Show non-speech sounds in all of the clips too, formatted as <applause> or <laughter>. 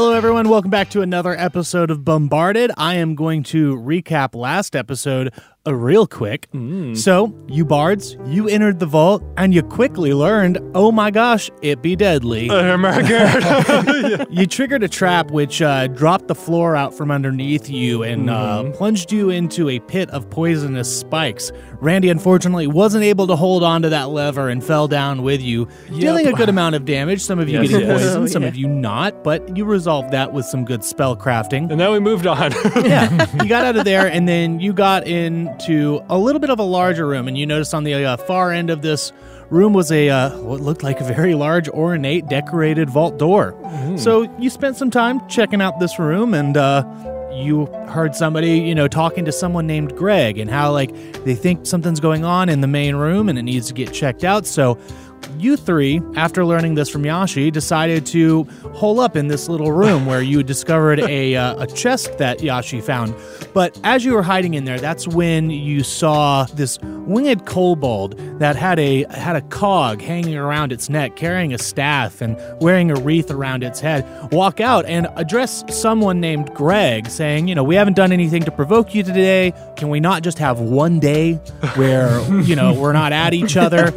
welcome back to another episode of Bombarded. I am going to recap last episode a real quick. So, you bards, you entered the vault and you quickly learned, oh my gosh, it be deadly. Oh my <laughs> god. <laughs> you triggered a trap which uh, dropped the floor out from underneath you and uh, plunged you into a pit of poisonous spikes. Randy unfortunately wasn't able to hold on to that lever and fell down with you, dealing a good amount of damage. Some of you Yes, getting yes. poisoned, Oh, some yeah. of you not, but you resolved that with some good spellcrafting. and now we moved on. <laughs> Yeah, you got out of there, and then you got into a little bit of a larger room, and you noticed on the uh, far end of this room was a uh, what looked like a very large, ornate, decorated vault door. So you spent some time checking out this room, and uh, you heard somebody, you know, talking to someone named Greg, and how like they think something's going on in the main room, and it needs to get checked out. So. You three, after learning this from Yashi, decided to hole up in this little room where you discovered a, <laughs> uh, a chest that Yashi found. But as you were hiding in there, that's when you saw this winged kobold that had a had a cog hanging around its neck, carrying a staff and wearing a wreath around its head, walk out and address someone named Greg, saying, "You know, we haven't done anything to provoke you today. Can we not just have one day where you know we're not at each other?"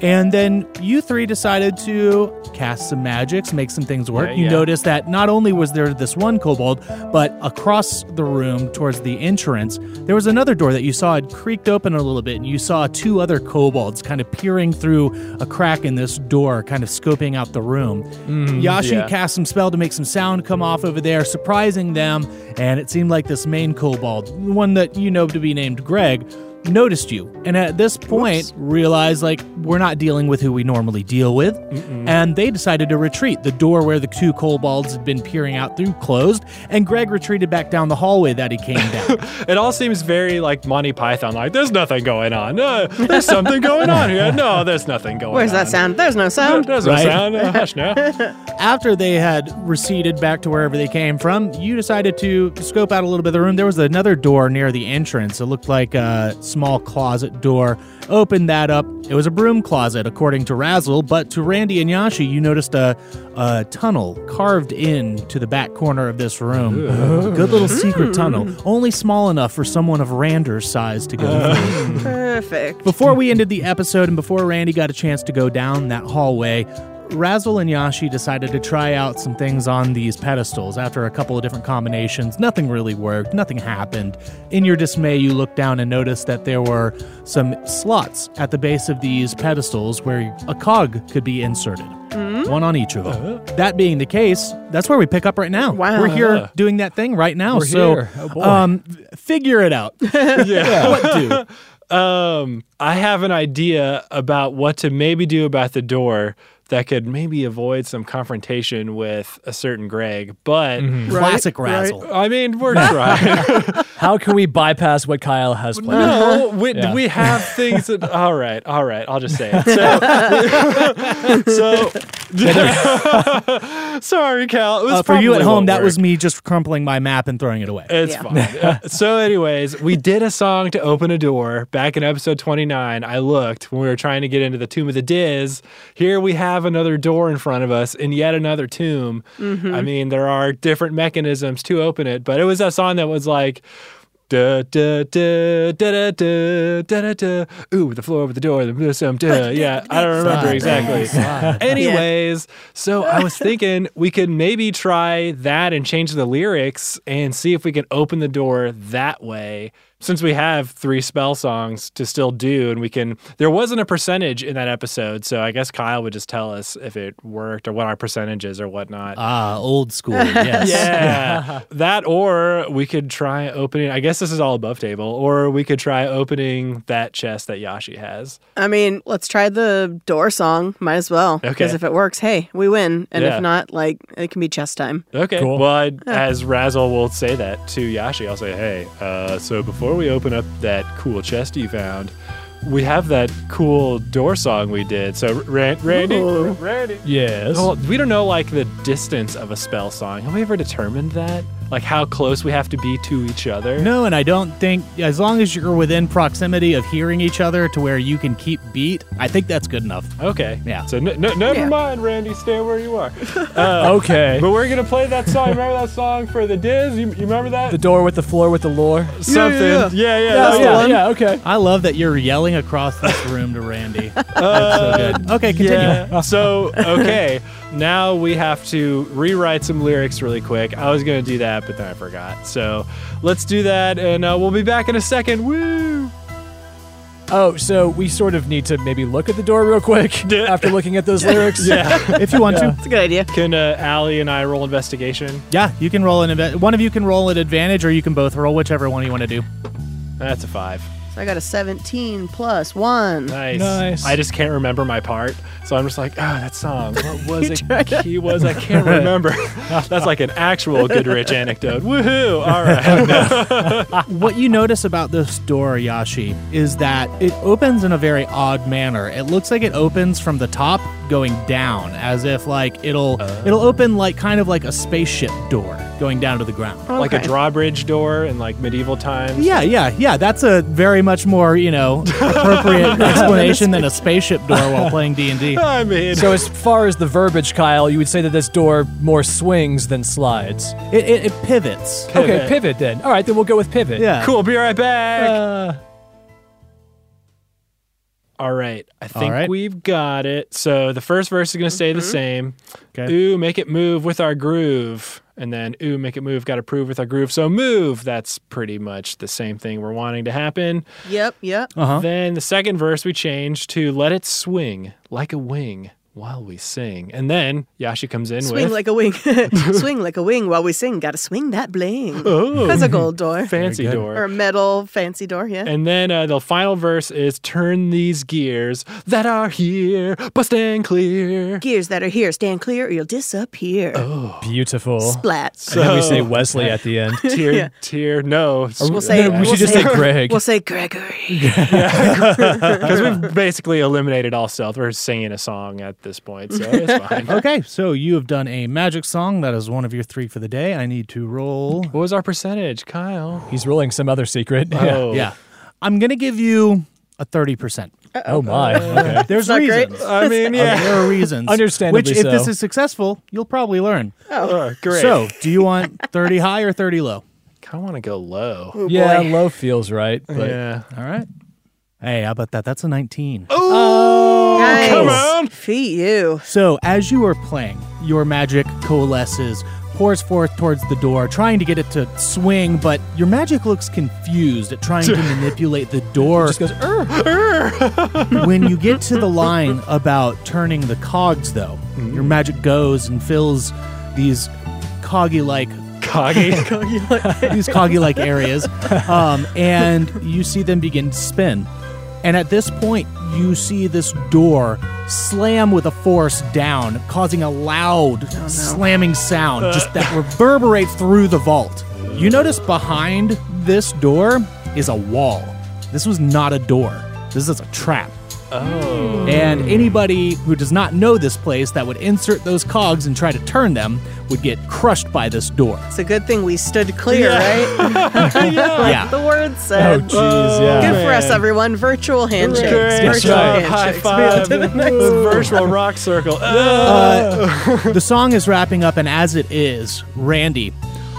And then you three decided to cast some magics, make some things work. Yeah, you yeah. noticed that not only was there this one kobold, but across the room towards the entrance, there was another door that you saw had creaked open a little bit, and you saw two other kobolds kind of peering through a crack in this door, kind of scoping out the room. Yashi Mm, yeah. cast some spell to make some sound come off over there, surprising them, and it seemed like this main kobold, the one that you know to be named Greg, noticed you. And at this point, realized like we're not dealing with who we normally deal with, and they decided to retreat. The door where the two kobolds had been peering out through closed, and Greg retreated back down the hallway that he came down. it all seems very like Monty Python. Like there's nothing going on. Uh, there's something going on here. No, there's nothing going Where's on. that sound? There's no There- sound. There's Right. no sound. Uh, <laughs> hush now. After they had receded back to wherever they came from, you decided to scope out a little bit of the room. There was another door near the entrance. It looked like a small closet door. Opened that up. It was a broom closet, according to Razzle, but to Randy and Yashi, you noticed a, a tunnel carved in to the back corner of this room. Good little secret tunnel. Only small enough for someone of Rander's size to go through. Perfect. Before we ended the episode and before Randy got a chance to go down that hallway, Razzle and Yashi decided to try out some things on these pedestals after a couple of different combinations. Nothing really worked, nothing happened. In your dismay, you looked down and noticed that there were some slots at the base of these pedestals where a cog could be inserted. Mm-hmm. One on each of them. Uh-huh. That being the case, that's where we pick up right now. Wow. We're here doing that thing right now. We're so, here. Oh, boy. um, figure it <laughs> out. yeah. what do? <laughs> Um, I have an idea about what to maybe do about the door that could maybe avoid some confrontation with a certain Greg, but. Mm-hmm. Classic Razzle. I <laughs> mean, we're trying. How can we bypass what Kyle has planned? Uh-huh. no, we, Yeah. we have things that. <laughs> All right, all right. I'll just say it. So, so <laughs> sorry, Cal. It was Uh, for you at probably home, won't that work. was me just crumpling my map and throwing it away. It's Yeah. fine. Uh, so, anyways, we did a song to open a door back in episode 29. I looked when we were trying to get into the Tomb of the Diz. Here we have another door in front of us and yet another tomb. I mean, there are different mechanisms to open it, but it was a song that was like. Da, da, da, da, da, da, da, da, da. Ooh, the floor with the door, the bosom, da. Yeah, I don't remember exactly. Anyways, so I was thinking we could maybe try that and change the lyrics and see if we can open the door that way. Since we have three spell songs to still do, and we can, there wasn't a percentage in that episode, so I guess Kyle would just tell us if it worked or what our percentage is or whatnot. Ah, old school. <laughs> <laughs> Yes. Yeah. <laughs> that or we could try opening I guess this is all above table, or we could try opening that chest that Yashi has. I mean, let's try the door song. Might as well. Because Okay. if it works, hey, we win. And Yeah. if not, like, it can be chess time. Okay. Cool. Well, I, as Razzle will say that to Yashi, I'll say, hey, uh, so before we open up that cool chest you found, we have that cool door song we did. So, Ran- Randy, Randy. Yes. Well, we don't know like the distance of a spell song. Have we ever determined that? like how close we have to be to each other. No, and I don't think as long as you're within proximity of hearing each other to where you can keep beat, I think that's good enough. Okay. Yeah. So n- n- never Yeah. mind, Randy. Stay where <laughs> you are. Okay. But we're gonna play that song. Remember that song for the Diz? You, you remember that? The door with the floor with the lore. Something. yeah, Yeah, yeah. Yeah, that yeah, one. yeah, okay. I love that you're yelling across this room to Randy. Uh, <laughs> That's so good. Okay, continue. Yeah. <laughs> so okay, now we have to rewrite some lyrics really quick. I was gonna do that, but then I forgot. So let's do that, and uh, we'll be back in a second. Woo! Oh, so we sort of need to maybe look at the door <laughs> real quick Yeah. after looking at those lyrics. <laughs> Yeah. If you want to. It's a good idea. Can uh, Allie and I roll investigation? Yeah, you can roll an advantage. One of you can roll an advantage, or you can both roll whichever one you want to do. That's a five. So I got a 17 plus one. Nice. Nice. I just can't remember my part, so I'm just like, oh, that song. <laughs> What was it? He was. I <laughs> can't remember. That's like an actual Goodrich anecdote. Woohoo! All <laughs> right. What you notice about this door, Yashi, is that it opens in a very odd manner. It looks like it opens from the top going down, as if like it'll it'll open like kind of like a spaceship door going down to the ground. Like a Okay. drawbridge door in like medieval times. Yeah, yeah, yeah. That's a very much more you know appropriate explanation than a spaceship door while playing D and D. I mean, So as far as the verbiage, Kyle, you would say that this door more swings than slides. It it pivots. Okay, pivot then. All right, then we'll go with pivot. Yeah. cool. Be right back. Uh, All right. I think right. we've got it. So the first verse is going to stay Mm-hmm. the same. Okay. Ooh, make it move with our groove. And then, ooh, make it move, got to prove with our groove. So move. That's pretty much the same thing we're wanting to happen. Yep, yep. Uh-huh. Then the second verse we change to let it swing like a wing while we sing. And then Yashi comes in Swing with like <laughs> a wing. <laughs> swing like a wing while we sing. Gotta swing that bling. Oh. That's a gold door. fancy door. Or a metal fancy door, yeah. And then uh, the final verse is turn these gears that are here, but stand <laughs> clear. Gears that are here, stand clear or you'll disappear. Oh. beautiful. Splat. and then we say Wesley at the end. Tear, Yeah. tear, no. We'll say, No, we we'll should just say Greg. We'll <laughs> say Gregory. Because we've basically eliminated all stealth. We're singing a song at this point, so it's <laughs> fine. <laughs> what Okay, so you have done a magic song. That is one of your three for the day. I need to roll. was our percentage, Kyle? He's rolling some other secret. Oh. Yeah. I'm going to give you a 30%. Oh <laughs> my. Okay. There's not great. reasons. I mean, Uh, yeah. there are reasons. <laughs> Understandably Which, if so. this is successful, you'll probably learn. Oh, great. So, do you want 30 high or 30 low? I want to go low. Oh, yeah, boy. low feels right. But yeah. All right. Hey, how about that? That's a 19. Nice. come on. Feet you. So, as you are playing, your magic coalesces, pours forth towards the door, trying to get it to swing, but your magic looks confused at trying to manipulate the door. Just goes, "Er." when you get to the line about turning the cogs, though, your magic goes and fills these coggy like <laughs> Coggy. these coggy like areas, um, and you see them begin to spin. And at this point, you see this door slam with a force down, causing a loud slamming sound just that reverberates through the vault. You notice behind this door is a wall. This was not a door. This is a trap. oh. And anybody who does not know this place that would insert those cogs and try to turn them would get crushed by this door. It's a good thing we stood <laughs> clear, right? Yeah. The word Oh, said. jeez, yeah. Good for us, man. everyone. Virtual handshakes. Great Virtual job. High <laughs> handshakes. five. Virtual rock circle. <laughs> Uh, the song is wrapping up, and as it is, Randy,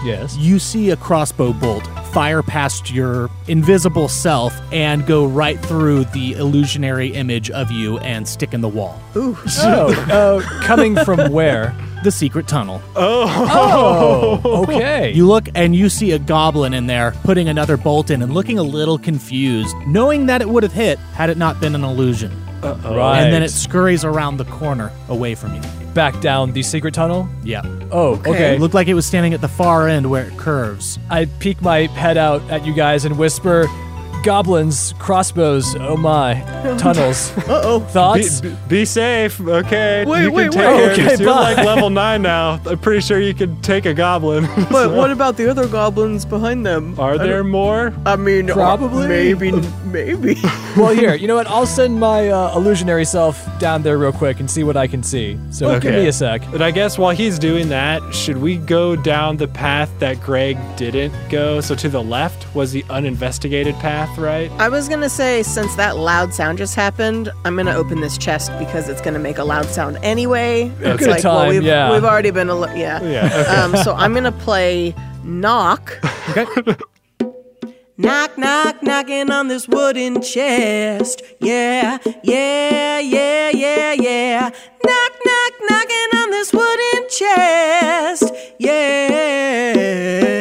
Yes. you see a crossbow bolt fire past your invisible self and go right through the illusionary image of you and stick in the wall. <laughs> Oh, uh, coming from where? The secret tunnel. Oh, okay. You look and you see a goblin in there putting another bolt in and looking a little confused, knowing that it would have hit had it not been an illusion. right. And then it scurries around the corner away from you. back down the secret tunnel. Yeah. Oh, okay. It looked like it was standing at the far end where it curves. I peek my head out at you guys and whisper, goblins, crossbows, oh my, tunnels. Uh oh. Be, Thoughts? be- be safe, okay? Wait, you can wait, take wait. care of Okay, this. You're like bye. level nine now. I'm pretty sure you can take a goblin. But what about the other goblins behind <laughs> them? Are I there don't- more? I mean, Probably. Maybe. Maybe. well, <laughs> here, you know what? I'll send my uh, illusionary self down there real quick and see what I can see. So give Okay. me a sec. But I guess while he's doing that, should we go down the path that Greg didn't go? So to the left was the uninvestigated path, right? I was gonna say, since that loud sound just happened, I'm gonna open this chest because it's gonna make a loud sound anyway. It's Good like, well, time, we've, yeah. we've already been a lo- yeah. Yeah, Um, so I'm gonna play knock. <laughs> knock, knock, knocking on this wooden chest. Yeah, yeah, yeah, yeah, yeah. Knock, knock, knocking on this wooden chest.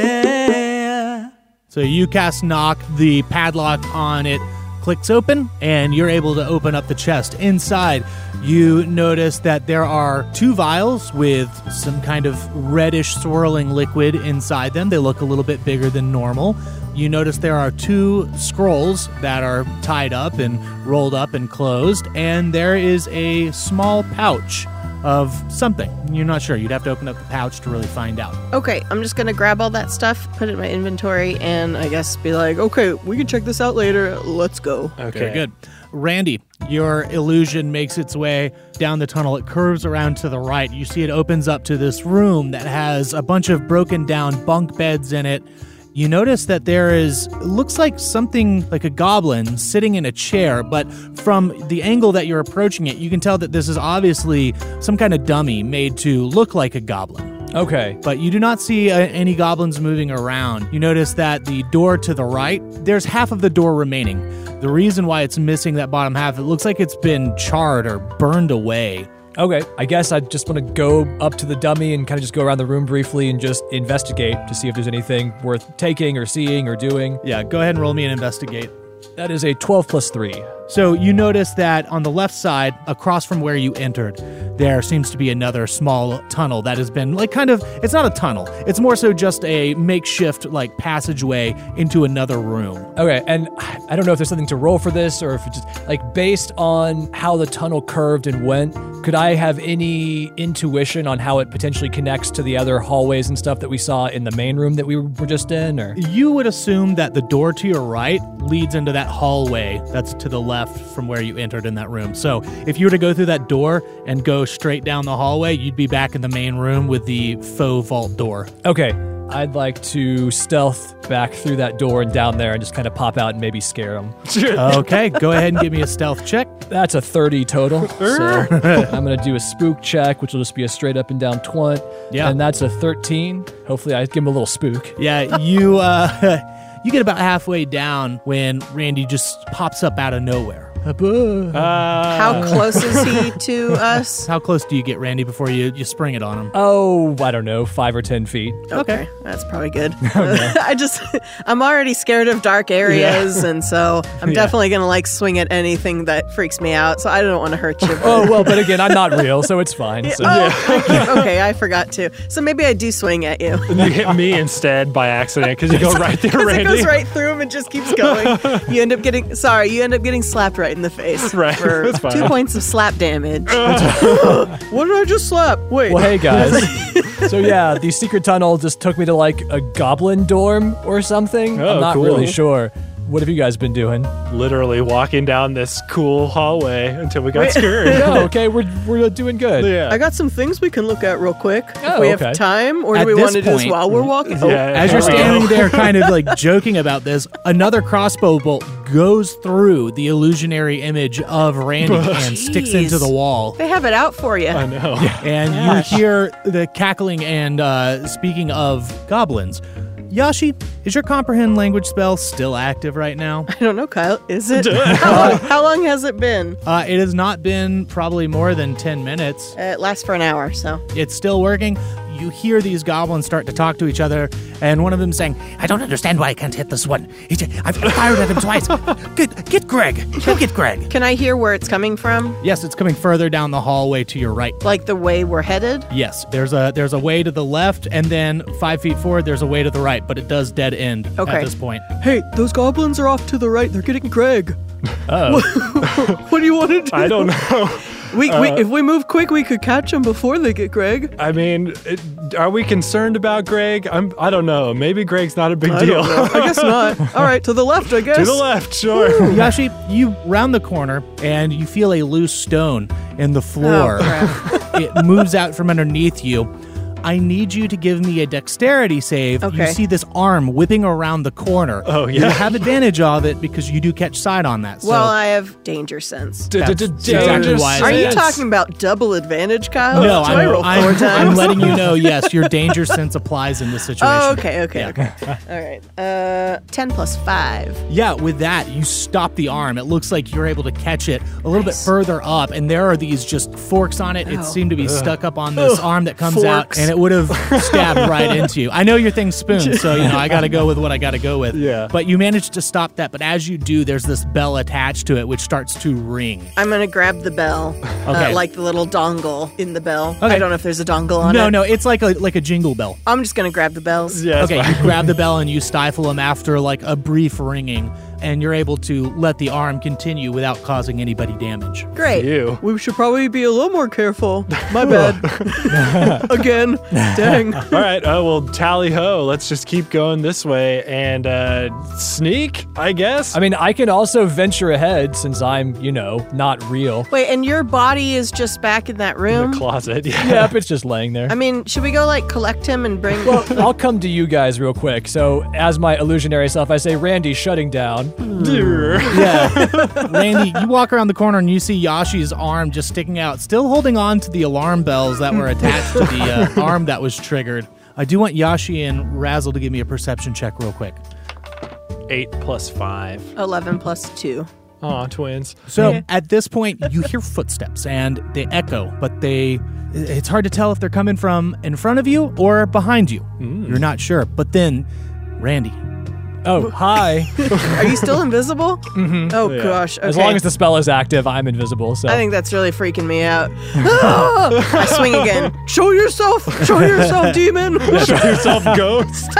Yeah. So you cast knock, the padlock on it clicks open, and you're able to open up the chest. Inside, you notice that there are two vials with some kind of reddish swirling liquid inside them. They look a little bit bigger than normal. You notice there are two scrolls that are tied up and rolled up and closed, and there is a small pouch of something. You're not sure. You'd have to open up the pouch to really find out. Okay, I'm just gonna grab all that stuff, put it in my inventory, and I guess be like, okay, we can check this out later. Let's go. Okay, Very good. Randy, your illusion makes its way down the tunnel. It curves around to the right. You see it opens up to this room that has a bunch of broken down bunk beds in it. You notice that there is, it looks like something like a goblin sitting in a chair, but from the angle that you're approaching it, you can tell that this is obviously some kind of dummy made to look like a goblin Okay. but you do not see uh, any goblins moving around. You notice that the door to the right, there's half of the door remaining. The reason why it's missing that bottom half, it looks like it's been charred or burned away. Okay. I guess I just want to go up to the dummy and kind of just go around the room briefly and just investigate to see if there's anything worth taking or seeing or doing. Yeah, go ahead and roll me and investigate. That is a 12 plus 3. So you notice that on the left side, across from where you entered, there seems to be another small tunnel that has been like kind of it's not a tunnel. It's more so just a makeshift like passageway into another room. Okay, and I don't know if there's something to roll for this or if it's just like based on how the tunnel curved and went, could I have any intuition on how it potentially connects to the other hallways and stuff that we saw in the main room that we were just in or You would assume that the door to your right leads into that hallway that's to the left from where you entered in that room. So if you were to go through that door and go straight down the hallway, you'd be back in the main room with the faux vault door. Okay, I'd like to stealth back through that door and down there and just kind of pop out and maybe scare them. Okay, go ahead and give me a stealth check. That's a 30 total. So I'm going to do a spook check, which will just be a straight up and down 20. Yeah. And that's a 13. Hopefully, I give them a little spook. Yeah, you uh, <laughs> you get about halfway down when Randy just pops up out of nowhere. Uh, How close is he to us? How close do you get, Randy, before you, you spring it on him? Oh, I don't know, five or 10 feet. Okay, that's probably good. <laughs> I just, I'm already scared of dark areas, and so I'm definitely gonna like swing at anything that freaks me out. So I don't want to hurt you. but- <laughs> Oh, well, but again, I'm not real, so it's fine. So. <laughs> Oh, okay, <laughs> okay, I forgot to. So maybe I do swing at you. you hit <laughs> me instead by accident because you <laughs> go right there, Because Randy. it goes right through him and just keeps going. <laughs> you end up getting sorry, you end up getting slapped right in the face. Right, For that's fine. two points of slap <laughs> damage. <laughs> what did I just slap? Wait. Well, <laughs> hey, guys. so, yeah, the secret tunnel just took me to like a goblin dorm or something. Oh, I'm not cool. really sure. What have you guys been doing? Literally walking down this cool hallway until we got <laughs> scared. Oh, <laughs> okay, we're, we're doing good. Yeah. I got some things we can look at real quick. if Oh, we have okay. time, or At do we this want to do this point- while we're walking? Oh, Yeah. As you're Hello. standing there, kind of like <laughs> joking about this, another crossbow bolt goes through the illusionary image of <laughs> Randy and sticks Jeez. into the wall. They have it out for you. I <laughs> know. And you hear the cackling and uh, speaking of goblins. Yashi, is your comprehend language spell still active right now? I don't know, Kyle. <laughs> Is it? <laughs> how, long, how long has it been? Uh, it has not been probably more than 10 minutes. Uh, it lasts for an hour, so. It's still working. you hear these goblins start to talk to each other, and one of them saying, "I don't understand why I can't hit this one. He j- I've fired at him twice. <laughs> Get, get Greg. Go get Greg." Can I hear where it's coming from? Yes, it's coming further down the hallway to your right. Like the way we're headed? Yes, there's a there's a way to the left, and then five feet forward, there's a way to the right, but it does dead end at Okay. this point. Hey, those goblins are off to the right. They're getting Greg. Oh. <laughs> what do you want to do? I don't know. We, Uh, we, if we move quick, we could catch them before they get Greg. I mean, it, are we concerned about Greg? I'm. I don't know. Maybe Greg's not a big I deal. don't <laughs> <laughs> know. I guess not. All right, to the left, I guess. to the <laughs> left, sure. Yashi, you round the corner and you feel a loose stone in the Oh, Oh, floor. it moves out from underneath you. I need you to give me a dexterity save. You Okay. see this arm whipping around the corner. Oh, yeah. You have advantage of it because you do catch sight on that. <laughs> So Well, I have danger sense. D- d- d- That's exactly dangerous why I Are you sense. talking about double advantage, Kyle? no, Do I I'm, roll I'm- four I'm times? letting <laughs> you know, yes, your danger sense applies in this situation. Oh, okay, okay, Yeah. okay. <laughs> All right. Uh, 10 plus 5. Yeah, with that, you stop the arm. It looks like you're able to catch it a little bit further up, and there are these just forks on it. It seemed to be stuck up on this arm that comes out, Forks. and it would have stabbed right into you. I know your thing's spoon, so you know I got to go with what I got to go with. Yeah. But you manage to stop that. But as you do, there's this bell attached to it, which starts to ring. I'm going to grab the bell. Okay. Uh, like the little dongle in the bell. Okay. I don't know if there's a dongle on no, it. no, it's like a like a jingle bell. I'm just going to grab the bells. Yeah, that's okay, fine. you grab the bell and you stifle them after like a brief ringing, and you're able to let the arm continue without causing anybody damage. Great. You. We should probably be a little more careful. My bad. Again. Dang. All right. Oh well, tally ho. Let's just keep going this way and uh, sneak. I guess. I mean, I can also venture ahead since I'm, you know, not real. Wait, and your body is just back in that in room? the closet. Yeah. Yep, <laughs> it's just laying there. I mean, should we go like collect him and bring? well, <laughs> I'll come to you guys real quick. So, as my illusionary self, I say, Randy, shutting down. hmm. <laughs> Yeah. Randy, you walk around the corner and you see Yashi's arm just sticking out, still holding on to the alarm bells that were attached to the uh, arm that was triggered. I do want Yashi and Razzle to give me a perception check real quick. Eight plus five. Eleven plus two. Aw, twins. So at this point, you hear footsteps and they echo, but they. It's hard to tell if they're coming from in front of you or behind you. You're not sure. But then, Randy, Oh, <laughs> hi. Are you still invisible? mm-hmm. Oh gosh. Okay. As long as the spell is active, I'm invisible. So, I think that's really freaking me out. <gasps> Ah! I swing again. Show yourself. Show yourself, demon. Show <laughs> yourself, ghost.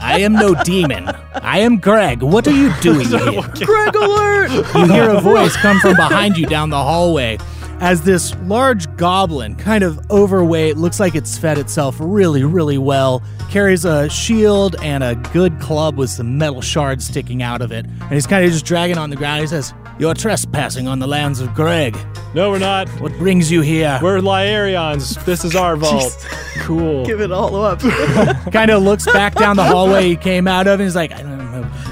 I am no demon. I am Greg. What are you doing here? Greg alert. <laughs> you hear a voice come from behind you down the hallway as this large goblin, kind of overweight, looks like it's fed itself really, really well, carries a shield and a good club with some metal shards sticking out of it. And he's kind of just dragging on the ground. He says, You're trespassing on the lands of Greg. No, we're not. What brings you here? We're Lyarians. This is our vault. Cool. Give it all up. kind of looks back down the <laughs> hallway he came out of and he's like, I don't know.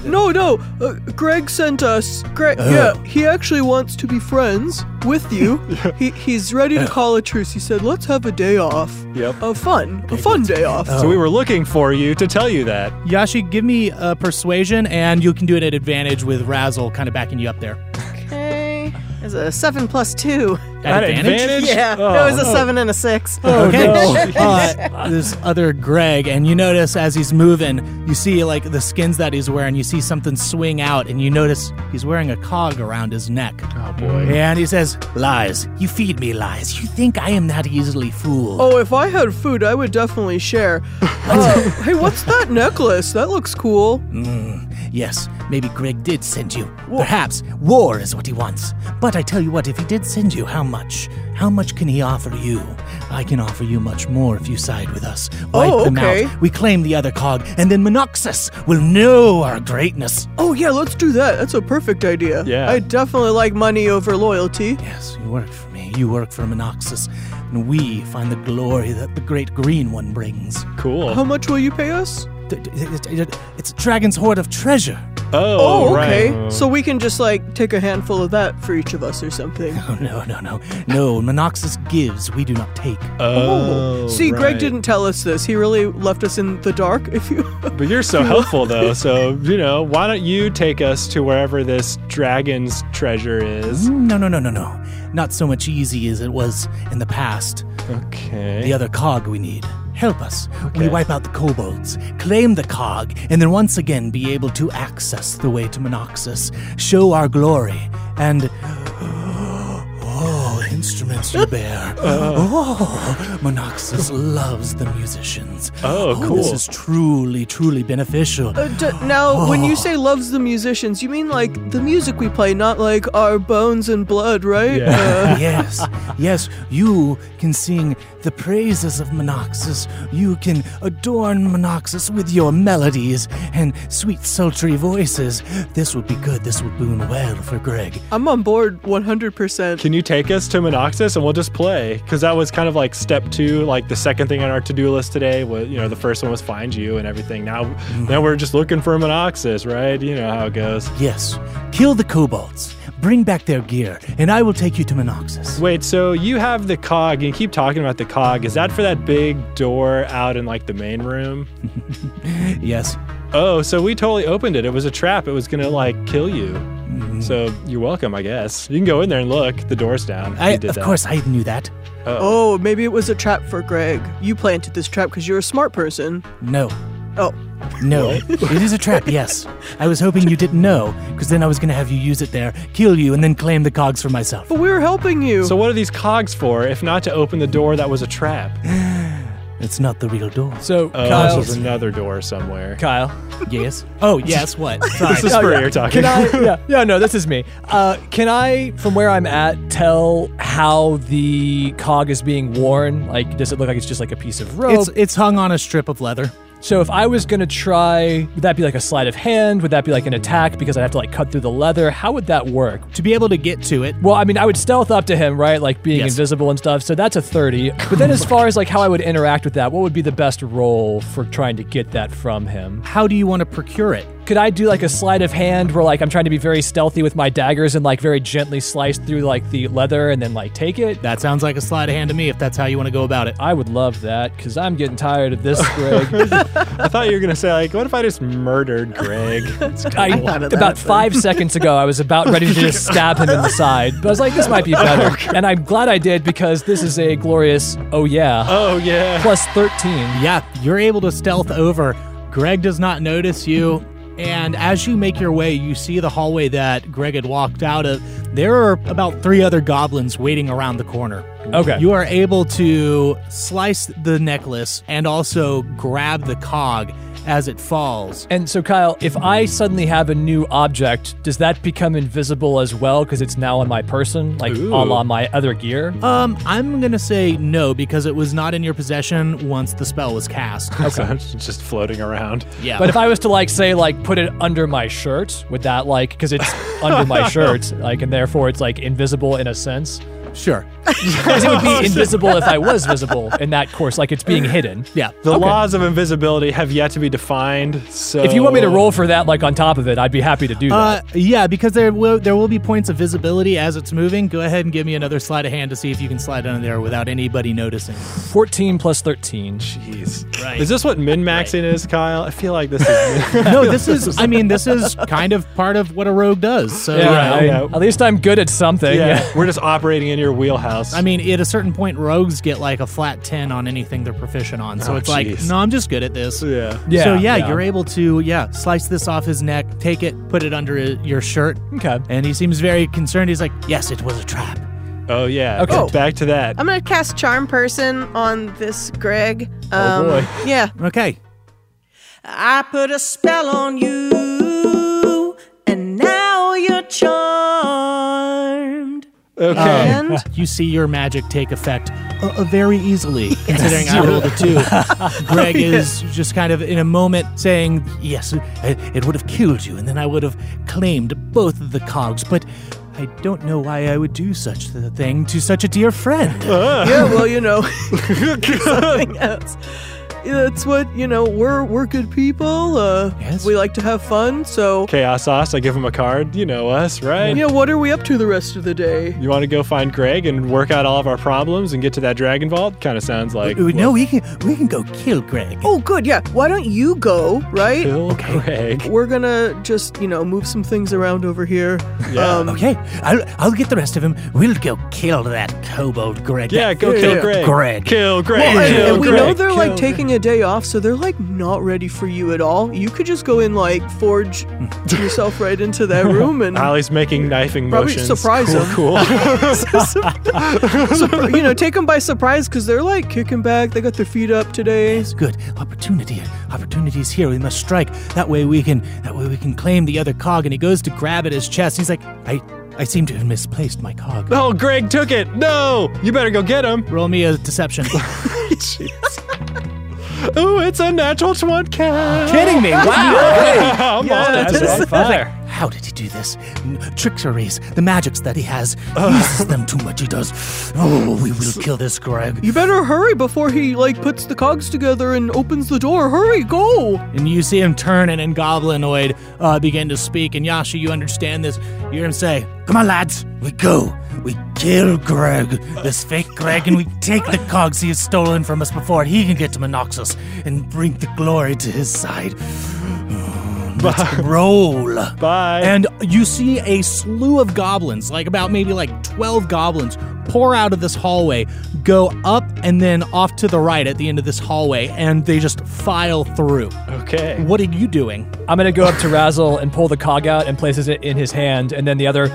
No, no. Uh, Greg sent us. Greg, Oh. yeah, he actually wants to be friends with you. <laughs> he, he's ready to Oh. call a truce. He said, "Let's have a day off. Yep. A fun, a fun day off." So we were looking for you to tell you that. Yashi, give me a persuasion and you can do it at advantage with Razzle kind of backing you up there. okay. It's a seven plus two. <laughs> At advantage? Yeah. Oh, it was a seven and a six. Okay. <laughs> Uh, this other Greg, and you notice as he's moving, you see like the skins that he's wearing. You see something swing out, and you notice he's wearing a cog around his neck. Oh boy. And he says, "Lies. You feed me lies. You think I am that easily fooled." Oh, if I had food, I would <laughs> definitely share. Uh, hey, what's that necklace? That looks cool. Yes, maybe Greg did send you. Perhaps war is what he wants. But I tell you what, if he did send you, how much? How much can he offer you? I can offer you much more if you side with us. Wipe Oh, them okay. out. We claim the other cog, and then Monoxus will know our greatness. Oh yeah, let's do that. That's a perfect idea. Yeah. I definitely like money over loyalty. Yes, you work for me. You work for Monoxus, and we find the glory that the great green one brings. Cool. How much will you pay us? D- d- d- d- It's a dragon's hoard of treasure. Oh, okay. right. So we can just like take a handful of that for each of us or something. Oh, no, no, no. No, Monoxus gives, we do not take. Oh, See, Greg right. didn't tell us this. He really left us in the dark. <laughs> If you But you're <laughs> so helpful, though. So, you know, why don't you take us to wherever this dragon's treasure is? No, no, no, no, no. Not so much easy as it was in the past. Okay. The other cog we need. Help us. We wipe out the kobolds, claim the cog, and then once again be able to access the way to Monoxus, show our glory, and. <gasps> Oh, <laughs> instruments you bear. Oh, Monoxus loves the musicians. Oh, This cool. is truly, truly beneficial. Uh, d- now, Oh. when you say loves the musicians, you mean like the music we play, not like our bones and blood, right? Uh, Yeah. yes, yes, you can sing the praises of Monoxus. You can adorn Monoxus with your melodies and sweet, sultry voices. This would be good. This would boon well for Greg. Uh, I'm on board 100%. Can you take us to Monoxus and we'll just play? Because that was kind of like step two, like the second thing on our to-do list today was, you know, the first one was find you and everything. Now, Mm. now we're just looking for Monoxus, right? You know how it goes. Yes, kill the kobolds, bring back their gear, and I will take you to Monoxus. Wait, so you have the cog, you keep talking about the cog. Is that for that big door out in like the main room? Yes, Oh, so we totally opened it. It was a trap. It was gonna like kill you. Mm-hmm. So you're welcome, I guess. You can go in there and look. The door's down. I, You did of that. course, I knew that. Oh, maybe it was a trap for Greg. You planted this trap because you're a smart person. No, Oh, no, it is a trap. Yes, I was hoping you didn't know, because then I was going to have you use it there, kill you, and then claim the cogs for myself. but we were helping you. So what are these cogs for? If not to open the door that was a trap. It's not the real door. So Oh, Kyle, this is another door somewhere. Kyle, Oh, Yes. Oh, yes. <laughs> What? Sorry. This is for you're talking. can I? <laughs> Yeah, yeah, no, this is me. Uh, can I, from where I'm at, tell how the cog is being worn? Like, does it look like it's just like a piece of rope? It's it's hung on a strip of leather. So if I was gonna try, would that be like a sleight of hand? Would that be like an attack because I'd have to like cut through the leather? How would that work? To be able to get to it, Well, I mean, I would stealth up to him, right? Like being Yes. invisible and stuff. So that's a 30. But then, as far as like how I would interact with that, what would be the best role for trying to get that from him? how do you want to procure it? Could I do like a sleight of hand where like I'm trying to be very stealthy with my daggers and like very gently slice through like the leather and then like take it? That sounds like a sleight of hand to me. If that's how you want to go about it, I would love that because I'm getting tired of this, Greg. <laughs> I thought you were gonna say like, what if I just murdered Greg? <laughs> It's I, about five seconds ago, I was about ready to just stab him in the side, but I was like, this might be better. And I'm glad I did because this is a glorious, oh yeah, oh yeah. plus 13. yeah, you're able to stealth over. Greg does not notice you, and as you make your way, you see the hallway that Greg had walked out of. There are about three other goblins waiting around the corner. Okay. You are able to slice the necklace and also grab the cog as it falls. and so, Kyle, if I suddenly have a new object, does that become invisible as well because it's now on my person, like Ooh. a la my other gear? Um, I'm gonna say no because it was not in your possession once the spell was cast. So it's just floating around. Yeah. But if I was to like say like put it under my shirt, would that like because it's under my shirt, like and therefore it's like invisible in a sense? sure. 'Cause it would be invisible if I was visible in that course, like it's being hidden. Yeah. The laws of invisibility have yet to be defined. So If you want me to roll for that, like on top of it, I'd be happy to do Uh, that. yeah, because there will there will be points of visibility as it's moving. Go ahead and give me another sleight of hand to see if you can slide under there without anybody noticing. 14 plus 13. Jeez. Right. Is this what min maxing is, Kyle? I feel like this <laughs> is. <laughs> no, this is. I mean, this is kind of part of what a rogue does. So, Yeah, Yeah, I- yeah. At least I'm good at something. yeah, Yeah. we're just operating in your wheelhouse. I mean, at a certain point, rogues get like a flat ten on anything they're proficient on. So Oh, it's like, jeez. no, I'm just good at this. yeah. Yeah, so yeah, yeah. you're able to yeah slice this off his neck, take it, put it under your shirt, <laughs> Okay. and he seems very concerned. He's like, "Yes, it was a trap." Oh yeah. Okay. Oh, Back to that. I'm going to cast Charm Person on this Greg. Um, Oh, boy. Yeah. Okay, I put a spell on you, and now you're charmed. okay. Oh. And you see your magic take effect uh, uh, very easily, considering I rolled a two. Greg is just kind of in a moment saying, "Yes, it, it would have killed you, and then I would have claimed both of the cogs." But I don't know why I would do such a thing to such a dear friend. Uh, <laughs> yeah, well, you know, something else. that's what you know. We're we're good people. Uh, Yes. We like to have fun. So Chaos Sauce, I give him a card. You know us, right? yeah, what are we up to the rest of the day? You want to go find Greg and work out all of our problems and get to that Dragon Vault? Kind of sounds like. Ooh, no, we can we can go kill Greg. Oh, good. Yeah. Why don't you go? Right. Kill Greg. We're gonna just you know move some things around over here. Yeah. Um, Okay, I'll I'll get the rest of him. We'll go kill that kobold Greg. Yeah, That- go Yeah, kill yeah. Greg. Greg. Kill Greg. Well, And, kill and we Greg. know they're like Kill- taking a day off, so they're like not ready for you at all. You could just go in like forge <laughs> yourself right into that room and Ollie's making knifing Probably motions. surprise cool, <laughs> him. Cool. <laughs> Surpri- you know take them by surprise because they're like kicking back. They got their feet up today. It's good. Opportunity, opportunity is here. We must strike. That way we can. That way we can claim the other cog. And he goes to grab at his chest. He's like, I, I seem to have misplaced my cog. oh, Greg took it. No, you better go get him. Roll me a deception. Ooh, it's a natural twenty. Kidding. Kidding me? <laughs> Wow. I'm Yeah, on that. that's- <laughs> That's on fire. How did he do this? N- Trickseries, the magics that he has. He uses them too much. He does. Oh, we will kill this Greg. You better hurry before he like puts the cogs together and opens the door. Hurry, go! And you see him turn, and then Goblinoid uh, begin to speak. And Yasha, you understand this. You hear him say, "Come on, lads, we go." We kill Greg, this fake Greg, and we take the cogs he has stolen from us before he can get to Monoxus and bring the glory to his side. <sighs> Let's roll. Bye. And you see a slew of goblins, like about maybe like 12 goblins, pour out of this hallway, go up and then off to the right at the end of this hallway, and they just file through. okay. <laughs> What are you doing? I'm gonna go up to Razzle and pull the cog out and places it in his hand, and then the other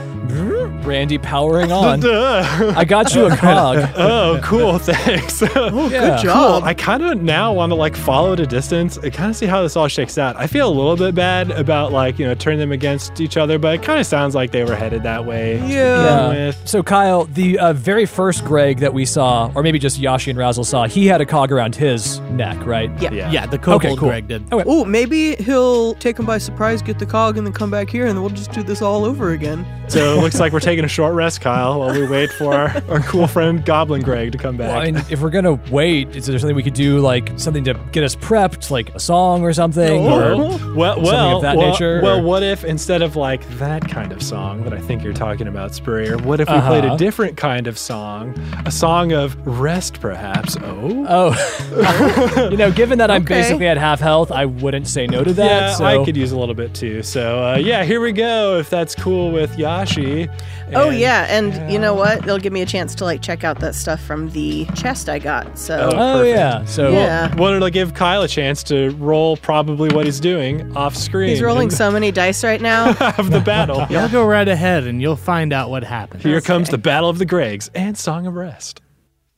Randy powering <laughs> on. Duh. I got <laughs> you a cog. oh, cool. Thanks. <laughs> Yeah. Oh, Good job. I kind of now want to like follow at a distance and kind of see how this all shakes out. I feel a little bit bad about like, you know, turn them against each other, but it kind of sounds like they were headed that way. to Yeah. begin Yeah. with. So Kyle, the uh, very first Greg that we saw, or maybe just Yashi and Razzle saw, he had a cog around his neck, right? Yeah. Yeah, Yeah. the kobold Okay, cool. Greg did. Okay. Oh, maybe he'll take him by surprise, get the cog, and then come back here, and we'll just do this all over again. So it looks like we're taking a short rest, Kyle, while we wait for our, our cool friend Goblin Greg to come back. Well, I mean, if we're gonna wait, is there something we could do, like something to get us prepped, like a song or something? Or- Or, well, something well, of that well, nature, well, or- what if instead of like that kind of song that I think you're talking about, Spurrier, what if we played Uh-huh. a different kind of song, a song of rest, perhaps? Oh, oh, <laughs> you know, given that I'm Okay. basically at half health, I wouldn't say no to that. yeah, so I could use a little bit too. So uh, yeah, here we go. If that's cool with Yashi. Oh And- yeah, and you know what? They'll give me a chance to like check out that stuff from the chest I got. So Oh perfect. yeah, so Yeah. Well, it'll give Kyle a chance to roll probably what he's doing off screen. he's rolling in- so many dice right <laughs> now. of the <laughs> battle. Y'all go right ahead and you'll find out what happened. Here comes the Battle of the Gregs and Song of Rest.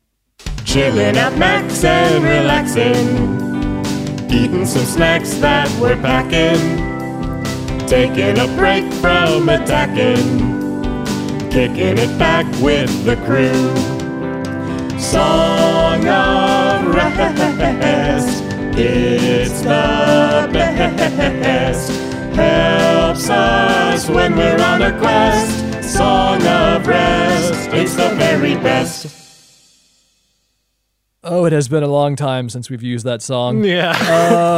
<laughs> Chilling out max and relaxing. Eating some snacks that we're packing. Taking a break from attacking. Kicking it back with the crew. Song of Rest. It's the best. Helps us when we're on a quest. Song of Rest. It's the very best. oh, it has been a long time since we've used that <laughs> song. Yeah. <laughs>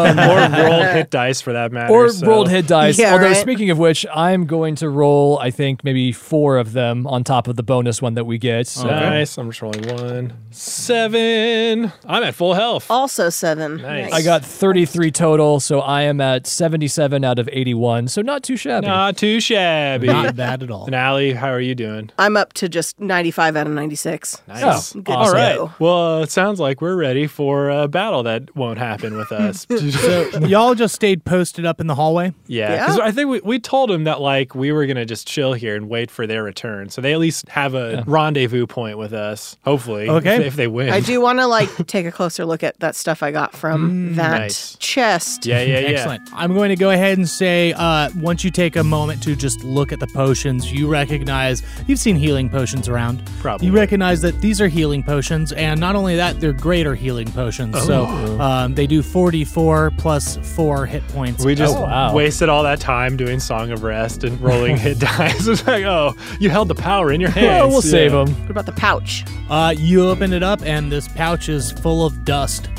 or rolled hit dice for that matter. Or so- rolled hit dice. Yeah, Although right. speaking of which, I'm going to roll. I think maybe four of them on top of the bonus one that we get. So. Nice. I'm just rolling one. Seven. I'm at full health. Oh, Also seven. Nice. I got 33 total, so I am at 77 out of 81. So not too shabby. Not too shabby. Not bad at all. and Allie, how are you doing? I'm up to just 95 out of 96. Nice. Good All to right. know. Well, it sounds like we're ready for a battle that won't happen with us. <laughs> yeah. Y'all just stayed posted up in the hallway. 'cause I think we, we told them that like we were going to just chill here and wait for their return. So they at least have a rendezvous point with us, hopefully. Okay. If, if they win. I do want to like take a closer look at that stuff I got from that Mm, nice. chest. <laughs> Yeah, yeah, yeah. Excellent. I'm going to go ahead and say uh, once you take a moment to just look at the potions, you recognize you've seen healing potions around. Probably. You recognize that these are healing potions, and not only that, <laughs> they're greater healing potions. So um, they do 44 plus 4 hit points. We just Oh, wow. wasted all that time doing Song of Rest and rolling hit <laughs> dice. It's like, oh, you held the power in your hands. Well, we'll save 'em. save them. What about the pouch? Uh, you open it up, and this pouch is full of dust.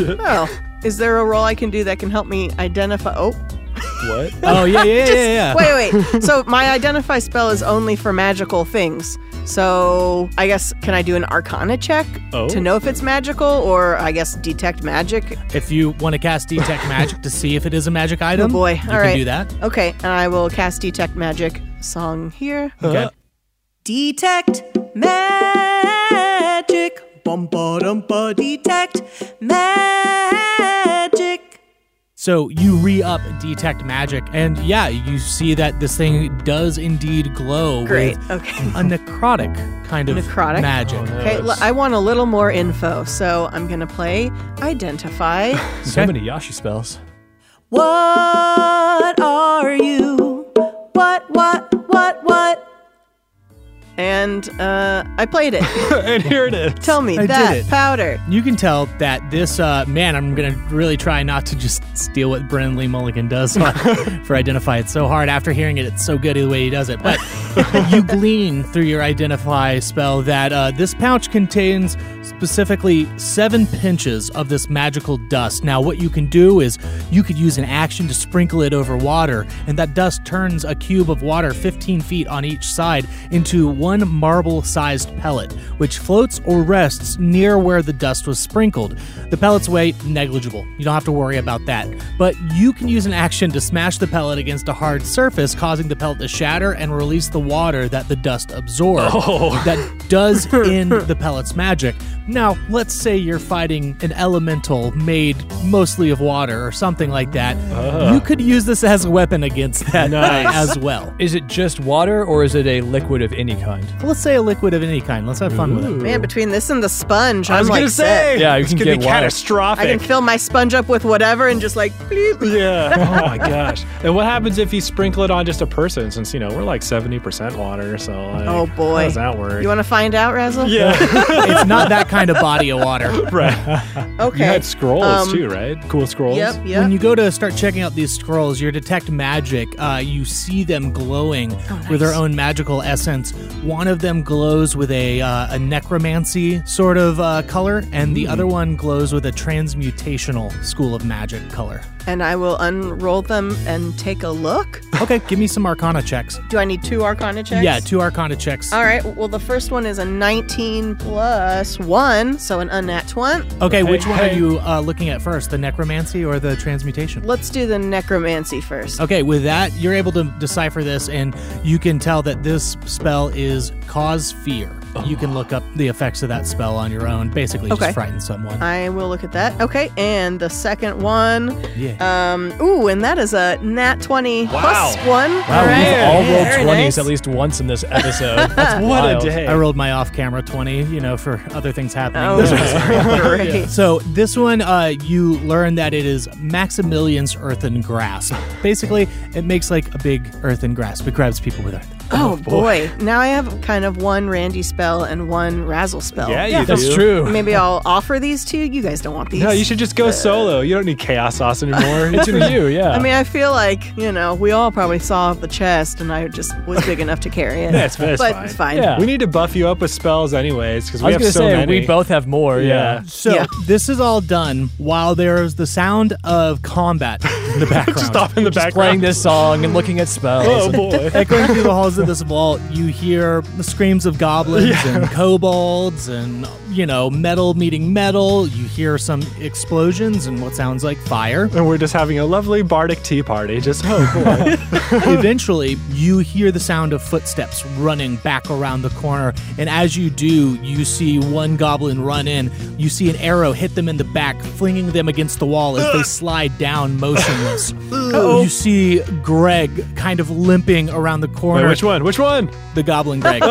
Oh, Is there a role I can do that can help me identify? Oh, What? Oh yeah, yeah, yeah, yeah. wait, wait. <laughs> wait. so my identify spell is only for magical things. So I guess can I do an Arcana check Oh. to know if it's magical, or I guess detect magic? If you want to cast <laughs> detect magic to see if it is a magic item, boy. you All can right. do that. Okay, and I will cast detect magic song here. Okay. Detect magic. Bum ba dum ba. Detect magic. So you re up detect magic, and yeah, you see that this thing does indeed glow Great. with Okay. a necrotic kind of Necrotic? Oh, magic. <laughs> Okay, l- I want a little more info, so I'm gonna play identify. So many Yashi spells. What are you? What, what, what, what? and uh, I played it. and here it is. Tell me I did that it. powder. You can tell that this uh, man. I'm gonna really try not to just steal what Brennan Lee Mulligan does on- for identify. It's so hard after hearing it. It's so good the way he does it. But <laughs> you glean through your identify spell that uh, this pouch contains specifically seven pinches of this magical dust. Now, what you can do is you could use an action to sprinkle it over water, and that dust turns a cube of water 15 feet on each side into one marble sized pellet, which floats or rests near where the dust was sprinkled. The pellet's weight, negligible. You don't have to worry about that. But you can use an action to smash the pellet against a hard surface, causing the pellet to shatter and release the water that the dust absorbed. That does end the pellet's magic. Now, let's say you're fighting an elemental made mostly of water or something like that. You could use this as a weapon against that as well. Is it just water or is it a liquid of any kind? Let's say a liquid of any kind. Let's have fun with it. Man, between this and the sponge, I I'm was like gonna set. say, Yeah, you it's can gonna get be wild. catastrophic. <laughs> I can fill my sponge up with whatever and just like bleep. <laughs> yeah. Oh my gosh. And what happens if you sprinkle it on just a person? Since you know we're like seventy percent water, so like, Oh, boy. how does that work? You want to find out, Razzle? <laughs> yeah, <laughs> it's not that kind of body of water. right. You Okay. had scrolls Um, too, right? Cool scrolls. Yep. When Yep. you go to start checking out these scrolls, your detect magic, uh, you see them glowing Oh, with their own magical essence. One of them glows with a, uh, a necromancy sort of uh, color, and the other one glows with a transmutational school of magic color. And I will unroll them and take a look. Okay, give me some arcana checks. Do I need two Arcana checks? Yeah, two arcana checks. All right. Well, the first one is a 19 plus one, so an unnat one. Okay, which one are you uh, looking at first, the necromancy or the transmutation? Let's do the necromancy first. Okay, with that, you're able to decipher this, and you can tell that this spell is cause fear. You can look up the effects of that spell on your own. Basically, Okay. Uh, just frighten someone. I will look at that. Okay, and the second one. yeah. Um, ooh, and that is a nat 20 plus one. Wow, All we've right. all rolled Very 20s nice. at least once in this episode. That's What wild. a day. I rolled my off-camera twenty, you know, for other things happening. Oh, <laughs> great. So this one, uh, you learn that it is Maximilian's earthen grasp. Basically, it makes like a big earthen grasp. It grabs people with earth. Oh, boy. Now I have kind of one Randy spell and one Razzle spell. Yeah, you That's do. true. Maybe I'll offer these to you. You guys don't want these. No, you should just go solo. You don't need chaos sauce <laughs> anymore. It's Good for you, yeah. I mean, I feel like, you know, we all probably saw the chest and I just was big enough to carry it. That's- that's but fine. it's fine. Yeah. We need to buff you up with spells, anyways, because I we was have gonna so say many. <laughs> we both have more. Yeah. Yeah. So Yeah. this is all done while there is the sound of <laughs> combat in the background. just off in the Just background. playing this song and looking at spells. <laughs> Oh and- <laughs> boy. Echoing through the halls of this vault, you hear the screams of goblins and kobolds and, you know, metal meeting metal. You hear some explosions and what sounds like fire. and we're just having a lovely bardic tea party. Just oh boy. Eventually, you hear the sound of footsteps running back around the corner. And as you do, you see one goblin run in. You see an arrow hit them in the back, flinging them against the wall as they slide down motionless. You see Greg kind of limping around the Wait, corner. which one? Which one? the goblin <laughs> Greg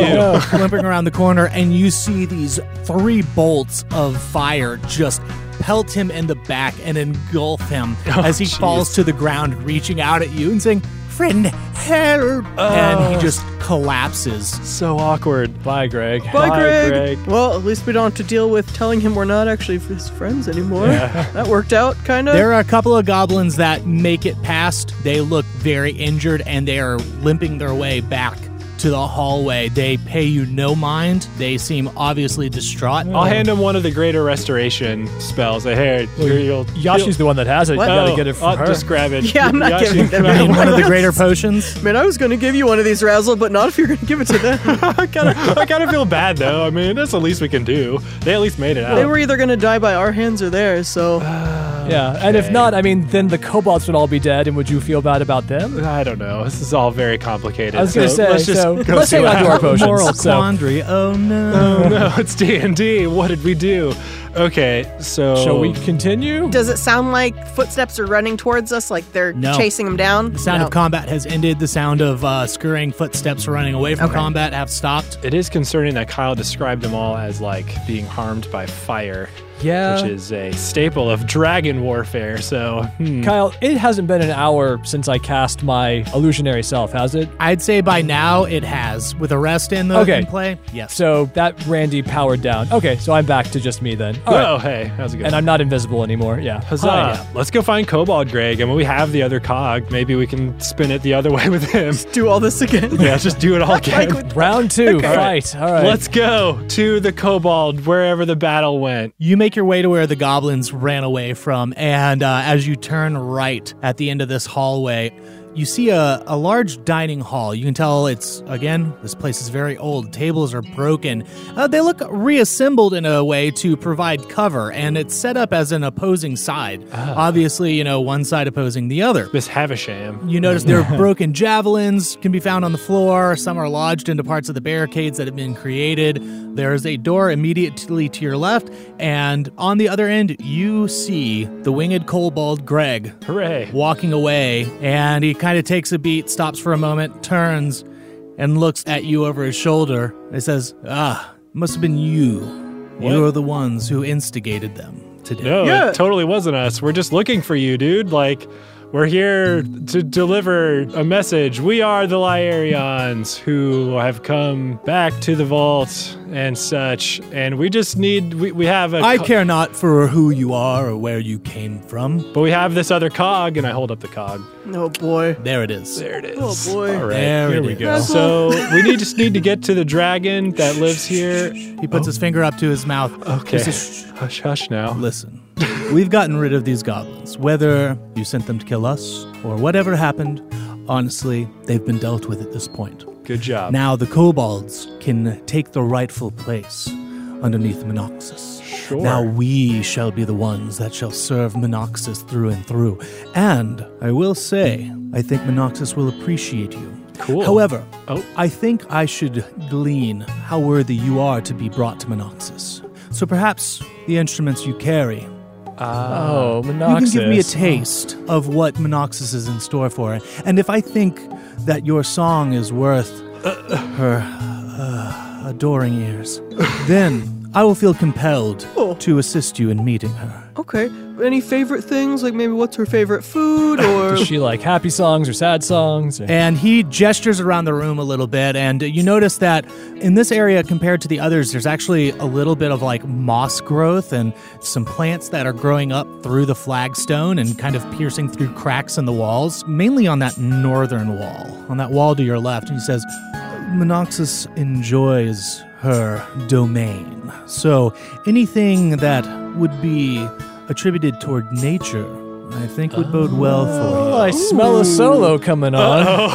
limping around the corner, and you see these three bolts of fire just pelt him in the back and engulf him <laughs> Oh, as he falls to the ground, reaching out at you and saying, "Friend, help!" And he just collapses. So awkward. Bye, Greg. Bye, Bye, Greg. Greg. Well, at least we don't have to deal with telling him we're not actually his friends anymore. <laughs> That worked out, kind of. There are a couple of goblins that make it past. They look very injured and they are limping their way back to the hallway. They pay you no mind. They seem obviously distraught. I'll hand him one of the greater restoration spells. Hey, here, here you'll, Yashi's the one that has it. You gotta Oh, get it from I'll her. Just grab it. Yeah, I'm not Yashi, giving them can I- And one of the greater potions. Man, I was going to give you one of these, Razzle, but not if you're going to give it to them. I kind of, <laughs> I kind of feel bad though. I mean, that's the least we can do. They at least made it out. they were either going to die by our hands or theirs, so. Yeah, and if not, I mean, then the kobolds would all be dead, and would you feel bad about them? I don't know. This is all very complicated. I was gonna so say, let's just so go let's see hang what on to our happens. potions. Moral so, quandary. Oh no. Oh <laughs> no, it's D and D. What did we do? Okay, so shall we continue? Does it sound like footsteps are running towards us, like they're No. chasing them down? The sound No. of combat has ended. The sound of uh, scurrying footsteps running away from combat have stopped. It is concerning that Kyle described them all as like being harmed by fire, Yeah. which is a staple of dragon warfare. So <laughs> hmm, Kyle, it hasn't been an hour since I cast my illusionary self, has it? I'd say by now it has. With a rest in the Okay. in play, yes. So that Randy powered down. Okay, so I'm back to just me then. All right. oh hey, how's it going? And I'm not invisible anymore. Yeah. Huzzah! Hi, yeah. Let's go find Cobalt Greg, and when we have the other cog, maybe we can spin it the other <laughs> way with <laughs> him. Do all <laughs> this again. yeah, just do it all again. Round two, fight. All right. Let's go to the Cobalt, wherever the battle went. You make your way to where the goblins ran away from, and uh, as you turn right at the end of this hallway, you see a, a large dining hall. You can tell it's, again, this place is very old. Tables are broken. Uh, they look reassembled in a way to provide cover, and it's set up as an opposing side. Obviously, you know, one side opposing the other. Miss Havisham. You notice there are broken javelins can be found on the floor. Some are lodged into parts of the barricades that have been created. There is a door immediately to your left, and on the other end, you see the winged kobold Greg Hooray. walking away. And he kind of takes a beat, stops for a moment, turns, and looks at you over his shoulder. He says, "Ah, must have been you. You are the ones who instigated them today." No, Yeah. it totally wasn't us. We're just looking for you, dude. Like, we're here to deliver a message. We are the Lyarians who have come back to the vault and such. And we just need, we, we have a. I co- care not for who you are or where you came from. But we have this other cog, and I hold up the cog. Oh, boy. There it is. There it is. Oh, boy. All right, There here it we is. go. So we need, just need to get to the dragon that lives here. He puts his finger up to his mouth. Okay. He says, "Shh, Hush, hush now. Listen, we've gotten rid of these goblins. Whether you sent them to kill us or whatever happened, honestly, they've been dealt with at this point. Good job. Now the kobolds can take the rightful place underneath Monoxus. Sure. Now we shall be the ones that shall serve Monoxus through and through. And I will say, I think Monoxus will appreciate you. Cool. However, Oh. I think I should glean how worthy you are to be brought to Monoxus. So perhaps the instruments you carry, Oh, you Monoxus. can give me a taste of what Monoxus is in store for. And if I think that your song is worth her uh, adoring ears, then I will feel compelled to assist you in meeting her. Okay. Any favorite things? Like maybe what's her favorite food or. Does she like happy songs or sad songs? Or- And he gestures around the room a little bit, and you notice that in this area, compared to the others, there's actually a little bit of like moss growth and some plants that are growing up through the flagstone and kind of piercing through cracks in the walls, mainly on that northern wall, on that wall to your left. And he says, Monoxus enjoys her domain. So anything that would be attributed toward nature, I think would bode well for you. Oh, I smell a solo coming on.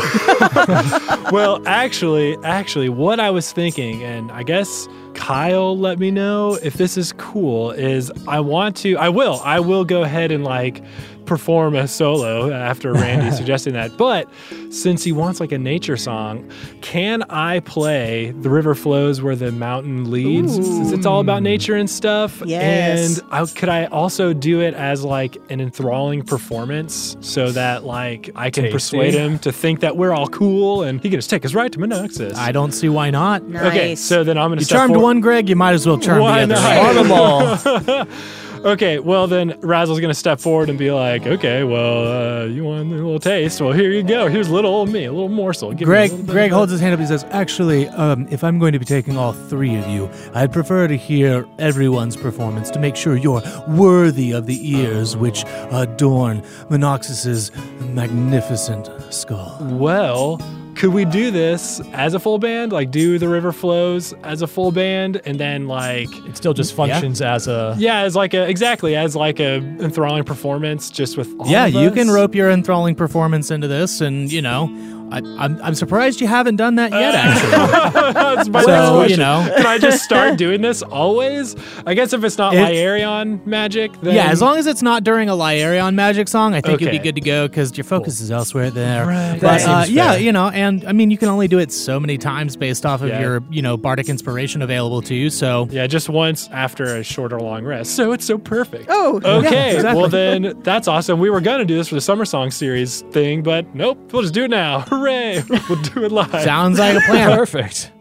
well, actually, actually, what I was thinking, and I guess Kyle let me know if this is cool, is I want to, I will, I will go ahead and like perform a solo after Randy suggesting that. But since he wants like a nature song, can I play The River Flows Where the Mountain Leads? Since it's all about nature and stuff. Yes. And I, could I also do it as like an enthralling performance so that like I can Tasty. persuade him to think that we're all cool and he can just take us right to Monoxus. I don't see why not. Okay, Nice. so then I'm gonna You step charmed for- one, Greg. You might as well charm Why the other. not? Farm 'em all. <laughs> Okay, well then Razzle's gonna step forward and be like, "Okay, well, uh, you want a little taste? Well, here you go. Here's little old me, a little morsel." Give me a little Greg, bit Greg of holds his hand up. He says, "Actually, um, if I'm going to be taking all three of you, I'd prefer to hear everyone's performance to make sure you're worthy of the ears which adorn Monoxus's magnificent skull." Well, could we do this as a full band? Like, do the river flows as a full band, and then like, It still just functions as a. yeah, as like a exactly as like a enthralling performance, just with all yeah, of you can us? rope your enthralling performance into this, and you know, I, I'm I'm surprised you haven't done that yet. <laughs> Actually, That's my So, next you question. know. Can I just <laughs> start doing this always? I guess if it's not It's- Lyarion magic, then yeah, as long as it's not during a Lyarion magic song, I think you'd be Okay. good to go because your focus is elsewhere there. Right. But That uh, seems yeah, fair. you know, and I mean, you can only do it so many times based off of Yeah. your you know bardic inspiration available to you. So Yeah, just once after a short or long rest. So it's so perfect. Oh, yeah, okay. exactly. Well, then that's awesome. We were going to do this for the Summer Song Series thing, but nope. We'll just do it now. <laughs> Hooray. We'll do it <laughs> live. sounds like a plan. <laughs> Perfect.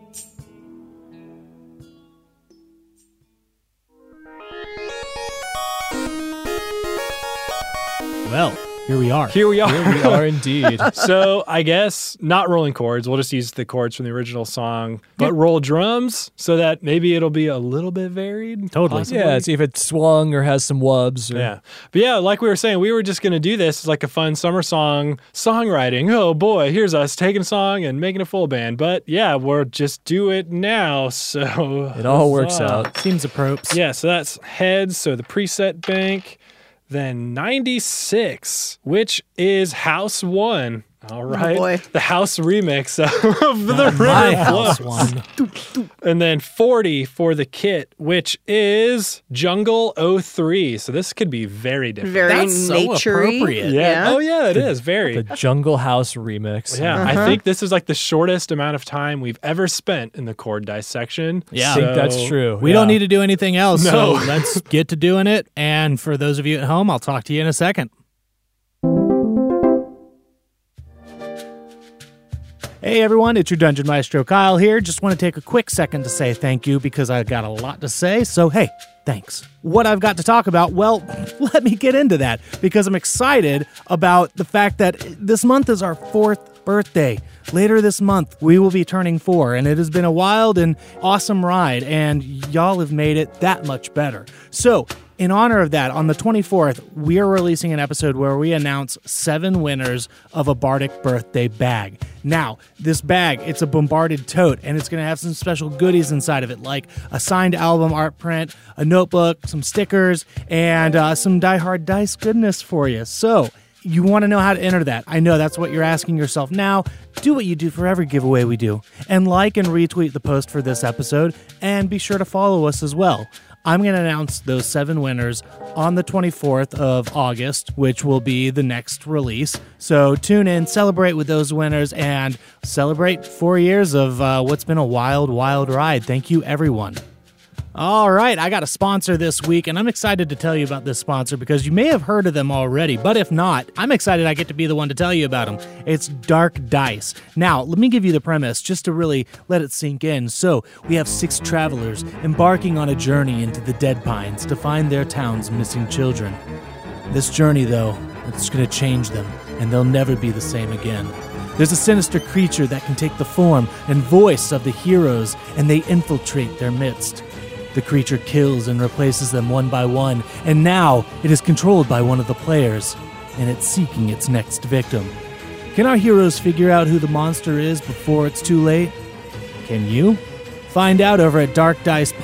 well, here we are. Here we are. We are indeed. so I guess not rolling chords. We'll just use the chords from the original song, but roll drums so that maybe it'll be a little bit varied. <laughs> Totally. possibly. yeah, see if it's swung or has some wubs. Or, Yeah. But yeah, like we were saying, we were just going to do this as like a fun summer song songwriting. Oh boy, here's us taking a song and making a full band. But yeah, we'll just do it now. <laughs> So It all works out. Seems appropriate. Yeah, so that's heads. So the preset bank, then 96, which is house one. All right. Oh, boy. The house remix <laughs> of the River My Flows. house <laughs> one. And then 40 for the kit, which is Jungle 03. So this could be very different. Very That's so naturey. appropriate. Yeah. Yeah. Oh yeah, it is very. The Jungle House remix. yeah, I think this is like the shortest amount of time we've ever spent in the chord dissection. Yeah. I think that's true. We don't need to do anything else, so No. let's get to doing it. And for those of you at home, I'll talk to you in a second. Hey everyone, it's your Dungeon Maestro Kyle here. Just want to take a quick second to say thank you because I got a lot to say. So, hey, thanks. What I've got to talk about, well, <laughs> let me get into that because I'm excited about the fact that this month is our fourth birthday. Later this month, we will be turning four, and it has been a wild and awesome ride, and y'all have made it that much better. So, in honor of that, on the 24th, we are releasing an episode where we announce seven winners of a Bardic birthday bag. Now, this bag, it's a bombarded tote, and it's going to have some special goodies inside of it, like a signed album art print, a notebook, some stickers, and uh, some Die Hard Dice goodness for you. So, you want to know how to enter that. I know that's what you're asking yourself now. Do what you do for every giveaway we do, and like and retweet the post for this episode, and be sure to follow us as well. I'm going to announce those seven winners on the 24th of August, which will be the next release. So tune in, celebrate with those winners, and celebrate four years of uh, what's been a wild, wild ride. Thank you, everyone. All right, I got a sponsor this week, and I'm excited to tell you about this sponsor because you may have heard of them already, but if not, I'm excited I get to be the one to tell you about them. It's Dark Dice. Now, let me give you the premise just to really let it sink in. So, we have six travelers embarking on a journey into the Dead Pines to find their town's missing children. This journey, though, it's going to change them, and they'll never be the same again. There's a sinister creature that can take the form and voice of the heroes, and they infiltrate their midst. The creature kills and replaces them one by one, and now it is controlled by one of the players, and it's seeking its next victim. Can our heroes figure out who the monster is before it's too late? Can you? Find out over at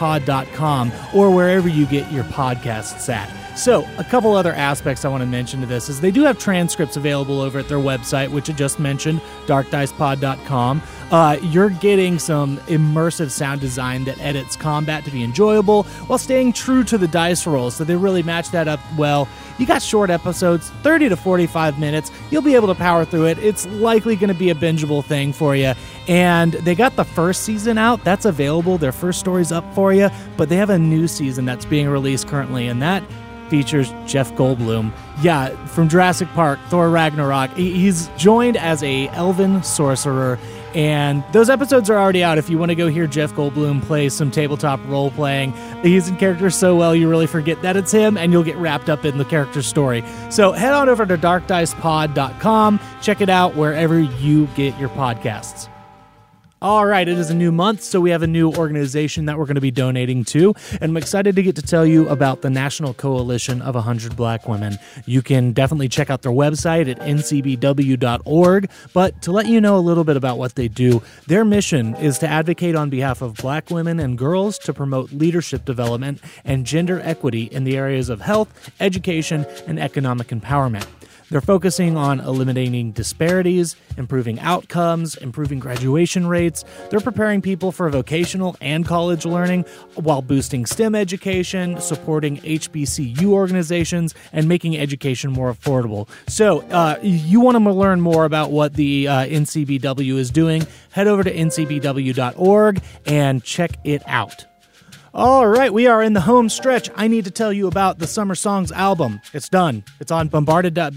darkdicepod.com or wherever you get your podcasts at. So, a couple other aspects I want to mention to this is they do have transcripts available over at their website, which I just mentioned, darkdicepod.com. Uh, you're getting some immersive sound design that edits combat to be enjoyable while staying true to the dice roll, so they really match that up well. You got short episodes, 30 to 45 minutes. You'll be able to power through it. It's likely going to be a bingeable thing for you. And they got the first season out. That's available. Their first story's up for you. But they have a new season that's being released currently, and that features Jeff Goldblum. Yeah, from Jurassic Park, Thor Ragnarok. He- He's joined as a elven sorcerer. And those episodes are already out if you want to go hear Jeff Goldblum play some tabletop role playing. He's in character so well you really forget that it's him and you'll get wrapped up in the character's story. So head on over to darkdicepod.com, check it out wherever you get your podcasts. All right, it is a new month, so we have a new organization that we're going to be donating to, and I'm excited to get to tell you about the National Coalition of 100 Black Women. You can definitely check out their website at ncbw.org, but to let you know a little bit about what they do, their mission is to advocate on behalf of black women and girls to promote leadership development and gender equity in the areas of health, education, and economic empowerment. They're focusing on eliminating disparities, improving outcomes, improving graduation rates. They're preparing people for vocational and college learning while boosting STEM education, supporting HBCU organizations, and making education more affordable. So, uh, you want to learn more about what the uh, NCBW is doing? Head over to ncbw.org and check it out. All right, we are in the home stretch. I need to tell you about the Summer Songs album. It's done. It's on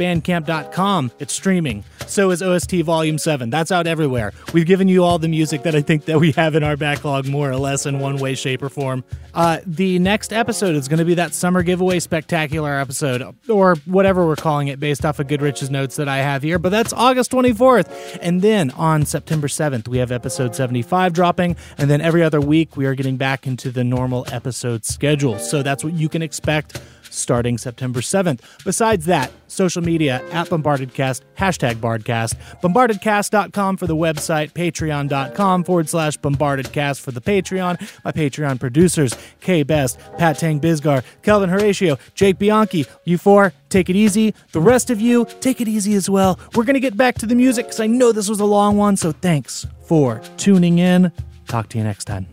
bombarded.bandcamp.com. It's streaming. So is OST Volume 7. That's out everywhere. We've given you all the music that I think that we have in our backlog more or less in one way shape or form. Uh, the next episode is going to be that summer giveaway spectacular episode or whatever we're calling it based off of Goodrich's notes that I have here, but that's August 24th. And then on September 7th, we have episode 75 dropping, and then every other week we are getting back into the normal episode schedule. So that's what you can expect starting September 7th. Besides that, social media at BombardedCast, hashtag BardCast, BombardedCast.com for the website, Patreon.com forward slash BombardedCast for the Patreon. My Patreon producers, Kay Best, Pat Tang Bisgar, Kelvin Horatio, Jake Bianchi, you four, take it easy. The rest of you, take it easy as well. We're going to get back to the music because I know this was a long one, so thanks for tuning in. Talk to you next time.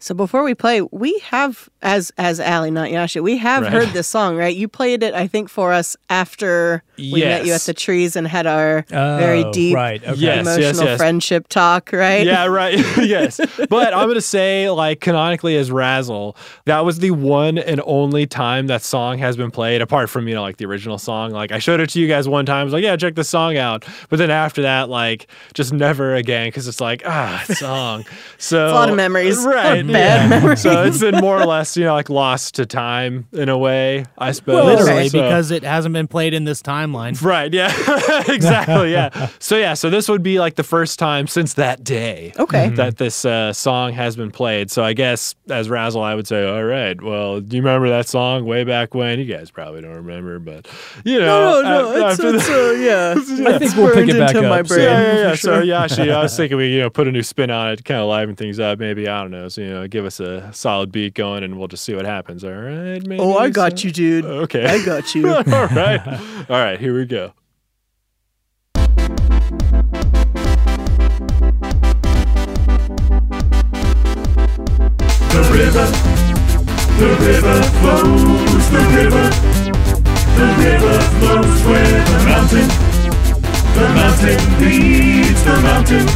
So before we play, we have as as Ali, not Yasha, we have Right. heard this song, right? You played it, I think, for us after we met you at Yes. the trees and had our very Oh, deep right, okay. Yes, yes, emotional yes. friendship talk, <laughs> right? Yeah, right. <laughs> yes. But I'm going to say, like, canonically as Razzle, that was the one and only time that song has been played, apart from, you know, like the original song. Like, I showed it to you guys one time. I was like, yeah, check this song out. But then after that, like, just never again, because it's like, ah, <laughs> that song. So, It's a lot of memories. <laughs> Right. Bad memories. So it's been more or less, you know, like lost to time in a way, I suppose. Literally, So- because it hasn't been played in this timeline. Right, yeah. <laughs> exactly, yeah. So yeah, so this would be like the first time since that day. Okay. That Mm-hmm. this uh, song has been played. So I guess as Razzle I would say, "All right. Well, do you remember that song way back when? You guys probably don't remember, but you know, No, no, af- no. It's, after it's the- uh, yeah. I think we'll pick burned it back up. into my so- brain. <laughs> yeah, yeah, yeah. for So <laughs> yeah, actually, I was thinking we, you know, put a new spin on it, kind of liven things up. Maybe I don't know. So you know, give us a solid beat going, and we'll just see what happens. All right, maybe. Oh, I so- got you, dude. Okay, I got you. <laughs> all right, all right. Here we go. The river, the river flows, the river, the river flows where the mountain, the mountain leads, the mountain,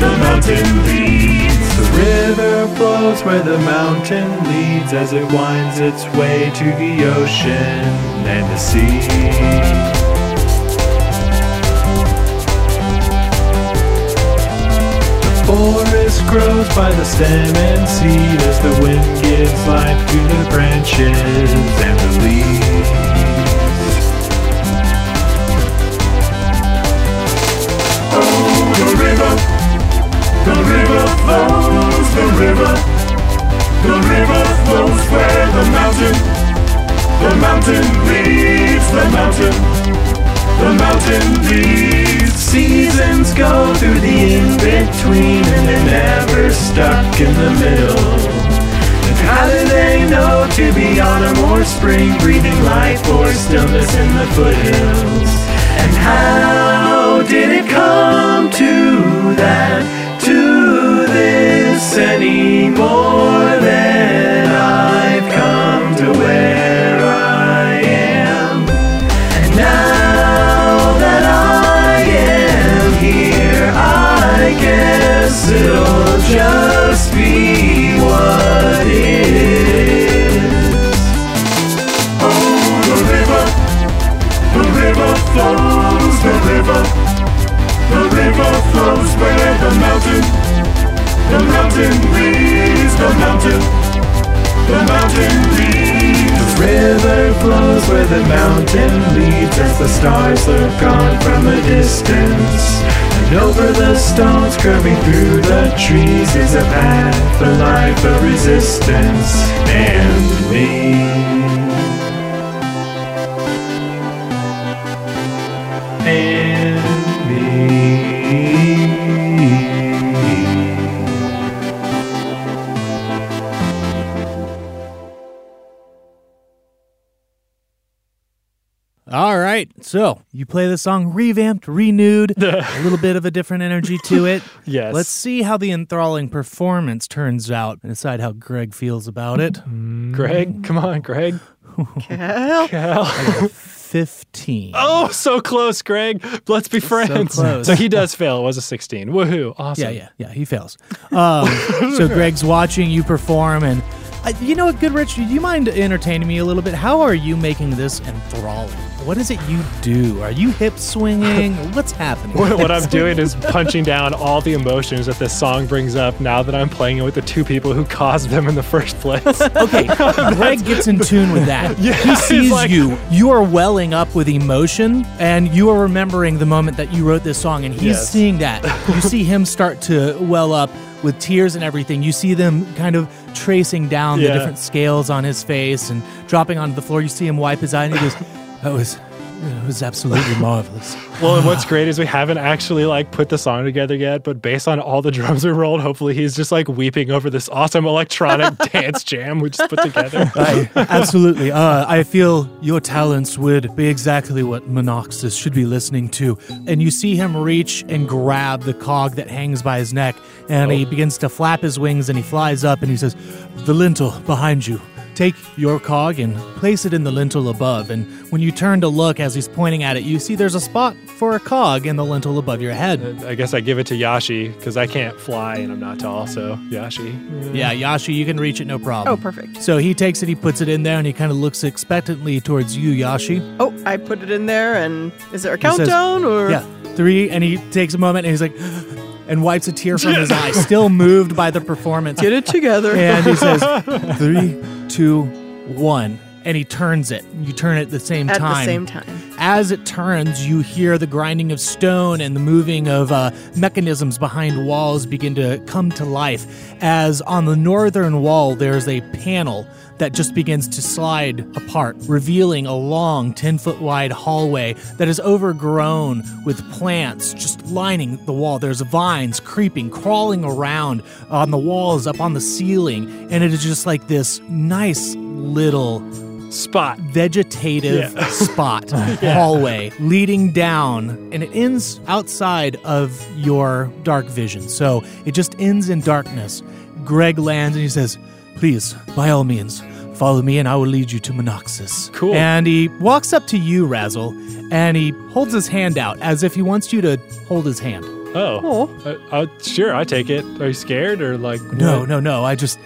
the mountain leads. The river flows where the mountain leads as it winds its way to the ocean and the sea. The forest grows by the stem and seed as the wind gives life to the branches and the leaves. The river, the river flows, the river, the river flows where the mountain, the mountain leads, the mountain, the mountain leads. Seasons go through the in-between and they're never stuck in the middle. And how do they know to be autumn or spring, breathing life or stillness in the foothills? And how did it come to that, to this, any more than I've come to where I am? And now that I am here, I guess it'll just be what it is. Oh, The river, the river flows, the river, the river flows where the mountain, the mountain leads, the mountain, the mountain leads. This river flows where the mountain leads as the stars look on from a distance. And over the stones curving through the trees is a path, a life of resistance. And me. And me. All right. So you play the song revamped, <laughs> renewed, a little bit of a different energy to it. Yes. Let's see how the enthralling performance turns out and decide how Greg feels about it. Greg, Mm. come on, Greg. Mm-hmm. Cal. Cal. 15. <laughs> Oh, so close, Greg. Let's be friends. close. he does fail. It was a 16. Woohoo. Awesome. Yeah, yeah, yeah. He fails. <laughs> Um, so Greg's watching you perform, and I, you know what, Goodrich? Do you mind entertaining me a little bit? How are you making this enthralling? What is it you do? Are you hip <laughs> swinging? What's happening? What, what I'm doing <laughs> is punching down all the emotions that this song brings up now that I'm playing it with the two people who caused them in the first <laughs> place. Okay, Greg gets in tune with <laughs> that. he he's sees like- you. You are welling up with emotion, and you are remembering the moment that you wrote this song, and he's Yes. seeing that. <laughs> You see him start to well up with tears and everything. You see them kind of tracing down the Yeah. different scales on his face and dropping onto the floor. You see him wipe his eye, and he goes, "That was, it was absolutely marvelous." well, and what's great is we haven't actually like put the song together yet, but based on all the drums we rolled, hopefully he's just like weeping over this awesome <laughs> electronic dance jam we just put together. I, <laughs> absolutely. Uh, I feel your talents would be exactly what Monoxus should be listening to. And you see him reach and grab the cog that hangs by his neck, and he begins to flap his wings and he flies up and he says, The lintel behind you. Take your cog and place it in the lintel above. And when you turn to look as he's pointing at it, you see there's a spot for a cog in the lintel above your head. I guess I give it to Yashi because I can't fly and I'm not tall, so Yashi. Yeah, Yashi, you can reach it no problem. Oh, perfect. So he takes it, he puts it in there, and he kind of looks expectantly towards you, Yashi. Oh, I put it in there, and is there a He says- countdown or? yeah three and he takes a moment and he's like <gasps> and wipes a tear from his eye still moved by the performance Get it together. and he says three two one and he turns it you turn it at the same At time the same time. as it turns, you hear the grinding of stone and the moving of uh, mechanisms behind walls begin to come to life. As on the northern wall, there's a panel that just begins to slide apart, revealing a long 10 foot wide hallway that is overgrown with plants just lining the wall. There's vines creeping, crawling around on the walls, up on the ceiling, and it is just like this nice little Spot. vegetative <laughs> spot hallway leading down and it ends outside of your dark vision so it just ends in darkness greg lands and he says please by all means follow me and i will lead you to monoxus Cool. and he walks up to you razzle and he holds his hand out as if he wants you to hold his hand Oh. Uh, uh, sure, I take it. Are you scared or like. no what? no no i just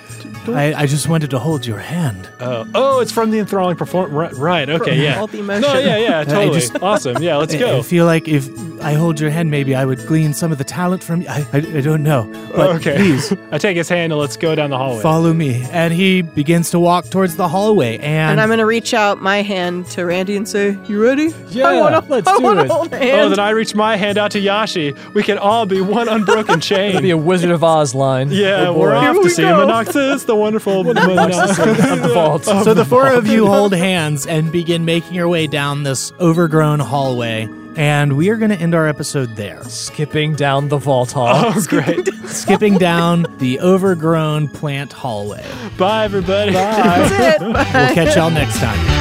I, I just wanted to hold your hand Oh, oh, it's from the enthralling perform. Right, right. Okay. Yeah. all the emotion. No. Yeah. Yeah. Totally. just- awesome. Yeah. Let's I- I go. feel like if I hold your hand, maybe I would glean some of the talent from you. I, I, I don't know. <laughs> Oh, But okay. please, I take his hand and let's go down the hallway. follow me. And he begins to walk towards the hallway. And, And I'm gonna reach out my hand to Randy and say, You ready? Yeah. Let's "I do want to it. hold oh, hands." then I reach my hand out to Yashi. We can all be one unbroken chain. That'd be a Wizard of Oz line. yeah, Oh, boy. we're off Here to we see go. Monoxus, the wonderful Monoxus. Of the vault. so <laughs> the four of you hold hands and begin making your way down this overgrown hallway. And we are going to end our episode there. Skipping down the vault hall. <laughs> Oh, great. Skipping down the overgrown plant hallway. Bye, everybody. That's it. We'll catch y'all next time.